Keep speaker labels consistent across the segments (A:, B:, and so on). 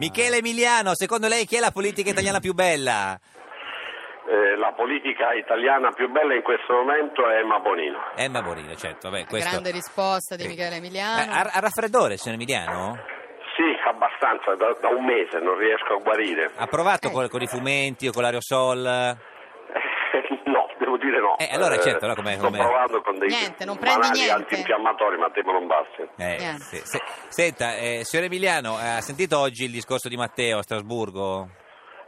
A: Michele Emiliano, secondo lei chi è la politica italiana più bella?
B: Eh, la politica italiana più bella in questo momento è Emma Bonino.
A: Emma Bonino, certo. Vabbè, questo...
C: Grande risposta di
A: Sì.
C: Michele
A: Eh,
C: Emiliano.
A: a, a raffreddore, signor Emiliano?
B: Sì, abbastanza, da, da un mese non riesco a guarire.
A: Ha provato
C: Eh.
A: col- con, i fumetti o con l'aerosol?
B: no, devo dire no.
A: Eh, allora, certo, allora come-
B: sto
A: come-
B: provando con dei
C: Niente, non prende
B: banali
C: niente.
B: antinfiammatori, ma temo non basti.
A: Eh,
C: Niente.
A: sì, se- senta, eh, signor Emiliano, eh, ha sentito oggi il discorso di Matteo a Strasburgo?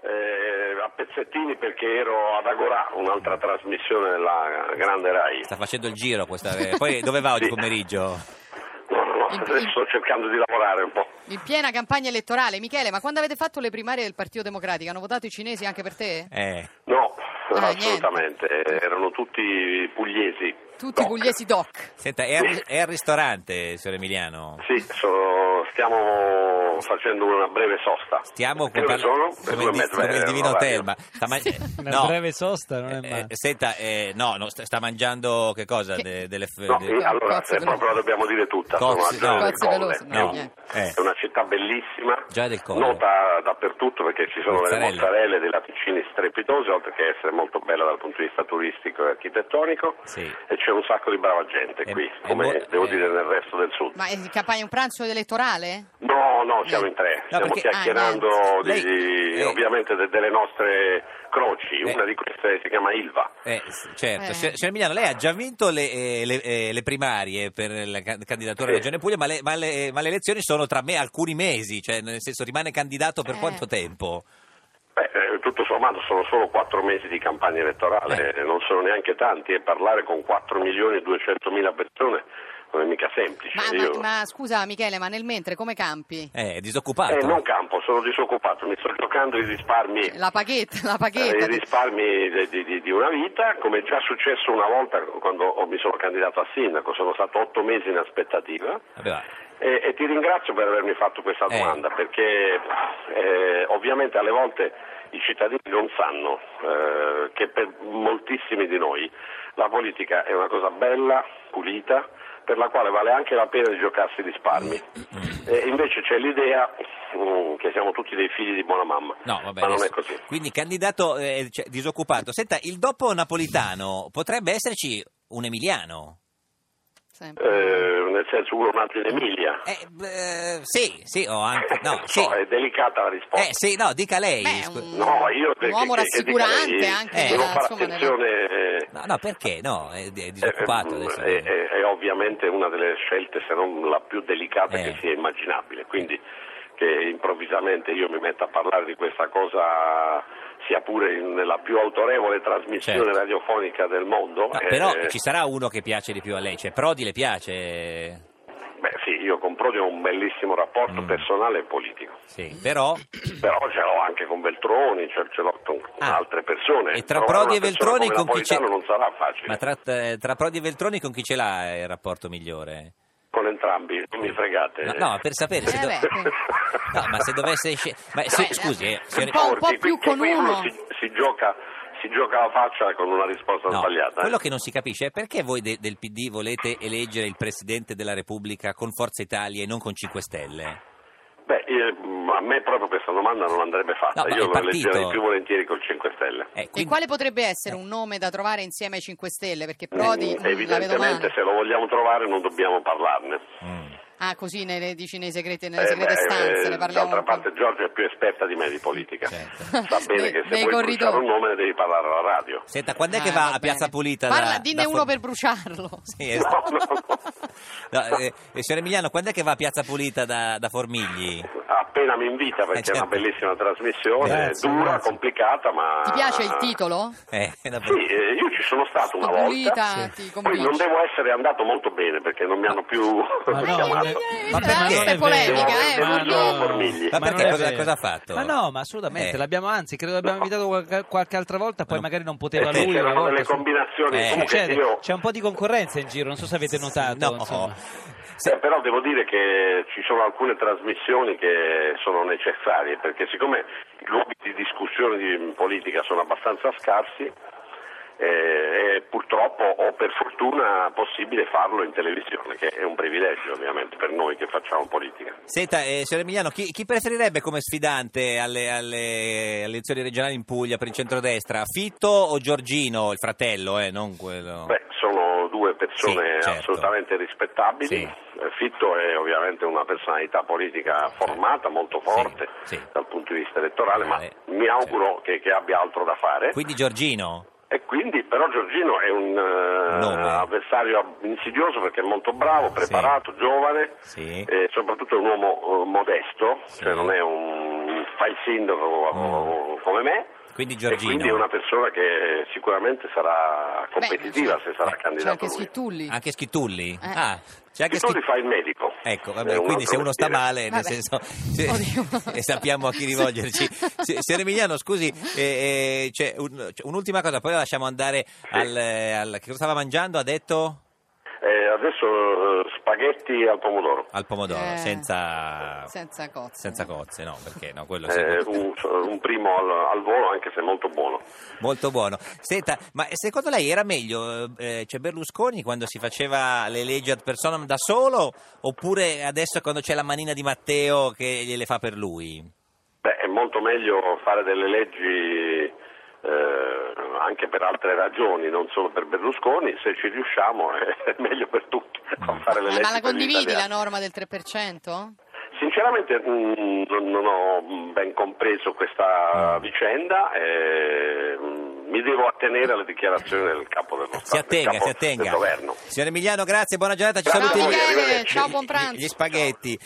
B: Eh, a pezzettini perché ero ad Agorà, un'altra trasmissione della grande Rai.
A: Sta facendo il giro questa... eh, poi dove va oggi
B: Sì.
A: pomeriggio?
B: No, no, no,
C: Il-
B: adesso sto cercando di lavorare un po'.
C: In piena campagna elettorale, Michele, ma quando avete fatto le primarie del Partito Democratico hanno votato i cinesi anche per te?
A: Eh,
B: No,
C: Ah,
B: assolutamente, erano tutti pugliesi.
C: Tutti i
B: No.
C: pugliesi doc.
A: senta, è al, è al ristorante, signor Emiliano?
B: Sì, sono- stiamo facendo una breve sosta.
A: Stiamo
B: Che ore sono?
A: come,
B: Le due e
A: il di-
B: mezza,
A: come il
B: eh,
A: divino
B: orario.
A: Telma. Sta ma-
D: Una
A: no.
D: breve sosta non è
A: Eh,
D: male.
A: eh, senta, eh, no, no, sta, sta mangiando che cosa? De- delle f-
B: No,
A: de-
B: eh, allora,
C: Cozze
B: se proprio la
C: veloce.
B: dobbiamo dire tutta,
A: Cozze,
B: sono
A: no.
B: a
C: Cozze
B: Gioia del
C: veloce,
B: Colle.
A: no,
C: eh.
A: eh,
B: È una città bellissima,
A: Già del Colle.
B: nota dappertutto perché ci sono
A: Mozzarella.
B: delle mozzarelle, dei latticini strepitosi, oltre che essere molto bella dal punto di vista turistico e architettonico.
A: Sì.
B: E c'è un sacco di brava gente
A: È-
B: qui,
A: Eh, è
B: come
A: mo-
B: devo
A: è-
B: dire nel resto del sud.
C: Ma è in campagna un pranzo elettorale?
B: No, no, siamo in tre.
A: No,
B: Stiamo
A: perché-
B: chiacchierando
C: ah,
B: di,
A: niente.
B: di-
A: Lei-
B: ovviamente de- delle nostre croci.
A: Eh.
B: Una di queste si chiama Ilva.
A: Eh, s- certo,
C: Eh.
A: signor signor Emiliano, lei ha già vinto le, eh, le- eh, le primarie per la ca- candidatura alla
B: Sì.
A: Regione Puglia, ma le, ma le- eh, ma le elezioni sono tra me alcuni mesi, cioè nel senso rimane candidato per
C: Eh.
A: quanto tempo?
B: Beh, eh, tutto sommato sono solo quattro mesi di campagna
A: Eh.
B: elettorale, eh, non sono neanche tanti e parlare con 4 milioni e 200 mila persone non è mica semplice.
C: Ma, ma-
B: Io-
C: ma scusa Michele, ma nel mentre come campi?
A: Eh, è
B: Eh,
A: disoccupato.
B: non campo, sono disoccupato, mi sto giocando i risparmi,
C: La paghetta, la
B: eh,
C: paghetta.
B: i risparmi de- di, di- di una vita, come è già successo una volta quando ho- mi sono candidato a sindaco, sono stato otto mesi in aspettativa.
A: Vabbè, va.
B: E, e ti ringrazio per avermi fatto questa
A: Eh.
B: domanda perché eh, ovviamente alle volte i cittadini non sanno eh, che per moltissimi di noi la politica è una cosa bella, pulita, per la quale vale anche la pena di giocarsi i risparmi. E invece c'è l'idea mm, che siamo tutti dei figli di buona mamma,
A: No, vabbè,
B: ma non
A: adesso-
B: è così.
A: Quindi candidato eh, cioè, disoccupato. Senta, il dopo napolitano potrebbe esserci un emiliano?
C: Sempre.
B: Eh, nel senso uno nato in Emilia.
A: Eh, eh, sì, sì, o anche... No,
B: Non
A: sì.
B: so, è delicata la risposta.
A: Eh, sì, no, dica lei.
C: Beh,
A: scu-
C: un-
B: No, io
C: Un uomo rassicurante anche
A: nella-
B: Devo fare
C: insomma, nella-
B: attenzione. eh,
A: No, no, perché? No, è, è disoccupato
B: eh,
A: adesso.
B: È, è- è ovviamente una delle scelte, se non la più delicata
A: Eh.
B: che sia immaginabile. Quindi che improvvisamente io mi metta a parlare di questa cosa sia pure in- nella più autorevole trasmissione
A: Certo.
B: radiofonica del mondo.
A: No,
B: eh,
A: però
B: eh,
A: ci sarà uno che piace di più a lei, cioè Prodi le piace,
B: Beh sì, io con Prodi ho un bellissimo rapporto
A: Mm.
B: personale e politico,
A: sì, però
B: però ce l'ho anche con Veltroni, ce, ce l'ho con
A: Ah.
B: altre persone.
A: e tra
B: Trovare
A: Prodi e
B: una persona
A: Veltroni
B: come
A: con chi c'è...
B: Napolitano non sarà facile.
A: Ma tra, eh, tra Prodi e Veltroni con chi ce l'ha il rapporto migliore?
B: Con entrambi, non mi fregate.
A: No, no, per sapere se...
C: Eh,
A: do-
C: beh.
A: No, ma se dovesse sce- ma se-
C: Beh,
A: scusi, eh,
C: un
A: signor-
C: po' un
B: Porti,
C: più
B: qui-
C: con
B: qui
C: uno.
B: Si, si gioca, si gioca la faccia con una risposta
A: no,
B: sbagliata.
A: quello
B: eh.
A: che non si capisce è perché voi de- del PD volete eleggere il Presidente della Repubblica con Forza Italia e non con 5 Stelle?
B: Beh, eh, mh, a me proprio questa domanda non andrebbe fatta.
A: No, ma
B: Io
A: il
B: lo
A: partito-
B: eleggerei più volentieri col 5 Stelle.
A: Eh,
C: E
A: quindi-
C: quale potrebbe
B: Eh.
C: essere un nome da trovare insieme ai 5 Stelle? Perché
B: Mm,
C: Prodi mm, la vedo
B: evidentemente,
C: male.
B: se lo vogliamo trovare, non dobbiamo parlarne.
A: Mm.
C: Ah, così nelle, dici nei segreti, nelle
B: Eh,
C: segrete
B: beh,
C: stanze,
B: eh,
C: ne parliamo
B: D'altra
C: un po'.
B: parte, Giorgio è più esperta di me di politica.
A: Certo.
B: Sa bene che se
C: Nei
B: vuoi bruciare
C: corridoi.
B: un nome, ne devi parlare alla radio.
A: Senta, quando è
C: Ah,
A: che va
C: va
A: a Piazza
C: bene.
A: Pulita? da-
C: Parla, dinne
A: da
C: uno
A: For-
C: per bruciarlo.
A: Sì, es-
B: No, no.
A: No, eh, eh, signor Emiliano, quando è che va a Piazza Pulita da, da Formigli?
B: Appena mi invita, perché
A: certo.
B: è una bellissima trasmissione,
D: Grazie,
B: dura,
D: grazie.
B: complicata, ma...
C: Ti piace il titolo?
A: Eh, dopo-
B: Sì, eh, io ci sono stato una
C: Pulita,
B: volta.
C: ti
B: Poi
C: convince.
B: non devo essere andato molto bene perché non mi hanno più
D: Ma no, non è-
B: chiamato.
D: ma
A: Eh,
D: perché?
A: questa è
C: polemica,
B: eh,
D: Ma
B: Giorgio
D: no.
B: Formigli.
A: Ma
D: Ma
A: perché?
D: non è
A: Cosa-
D: vero.
A: cosa ha fatto?
D: Ma no, ma assolutamente,
A: Eh.
D: l'abbiamo, anzi, credo l'abbiamo invitato qualche, qualche altra volta, poi magari non poteva
A: Eh,
B: Perché
D: lui una
B: c'erano
D: volta,
B: delle
D: su-
B: combinazioni.
A: Eh,
B: Comunque
D: Cioè,
B: io,
D: c'è un po' di concorrenza in giro, non so se avete notato.
A: No.
D: insomma.
A: Se-
B: eh, però devo dire che ci sono alcune trasmissioni che sono necessarie perché siccome i luoghi di discussione di politica sono abbastanza scarsi eh, è purtroppo o per fortuna possibile farlo in televisione, che è un privilegio ovviamente per noi che facciamo politica.
A: Senta, eh, signor Emiliano, chi, chi preferirebbe come sfidante alle, alle- alle elezioni regionali in Puglia per il centrodestra? Fitto o Giorgino, il fratello, eh, non quello?
B: Beh, sono due persone
A: Sì, certo.
B: assolutamente rispettabili.
A: Sì.
B: Eh, Fitto è ovviamente una personalità politica formata, molto forte
A: Certo. Sì, sì.
B: dal punto di vista elettorale, ma
A: Eh,
B: mi auguro che, che abbia altro da fare.
A: Quindi Giorgino?
B: E quindi, però, Giorgino è un eh,
A: Nome.
B: avversario insidioso perché è molto bravo,
A: Sì.
B: preparato, giovane
A: Sì.
B: e soprattutto è un uomo eh, modesto,
A: Sì.
B: cioè non è un fai sindaco
A: Mm.
B: eh, come me.
A: Quindi
B: E quindi è
A: Giorgino.
B: una persona che sicuramente sarà competitiva
C: sì.
B: se sarà
C: C'è
B: candidato
C: anche
B: lui.
C: Schittulli.
A: Anche Schitulli?
D: Eh.
A: Ah, c'è anche
B: Chi
A: Schitulli.
B: solo li fa il medico.
A: Ecco,
B: È
A: vabbè,
B: un
A: quindi
B: altro
A: se uno sta
B: mestiere.
A: male, nel
C: Vabbè.
A: senso, se-
C: Oddio.
A: e sappiamo a chi rivolgerci. Si- Signor Emiliano, scusi, eh, eh, c'è un- c'è un'ultima cosa, poi la lasciamo andare al, eh, al- Che cosa stava mangiando? Ha detto?
B: Eh, adesso eh, spaghetti al pomodoro.
A: Al pomodoro,
C: Eh,
A: senza,
C: Senza cozze.
A: senza cozze, no, perché no, quello
B: Eh,
A: sì.
B: un, un primo al, al volo, anche se molto buono.
A: Molto buono. Senta, ma secondo lei era meglio eh, cioè Berlusconi quando si faceva le leggi ad personam da solo oppure adesso quando c'è la manina di Matteo che gliele fa per lui?
B: Beh, è molto meglio fare delle leggi eh, anche per altre ragioni, non solo per Berlusconi. Se ci riusciamo eh, è, meglio per tutti.
A: Mm.
B: a fare le
C: Eh,
B: leggi
C: ma
B: per
C: la
B: gli
C: condividi la
B: italiani.
C: norma del 3%?
B: Sinceramente mm, non non ho mm, ben compreso
A: Ah.
B: questa vicenda. e, mm, mi devo attenere alle dichiarazioni del capo dello Stato,
A: Si attenga,
B: del, capo
A: si attenga.
B: del governo.
A: Signor Emiliano, grazie, buona giornata, ci
B: Grazie
A: saluti.
B: a voi,
A: gli-
B: arrivederci.
C: Ciao, buon pranzo.
A: Gli spaghetti.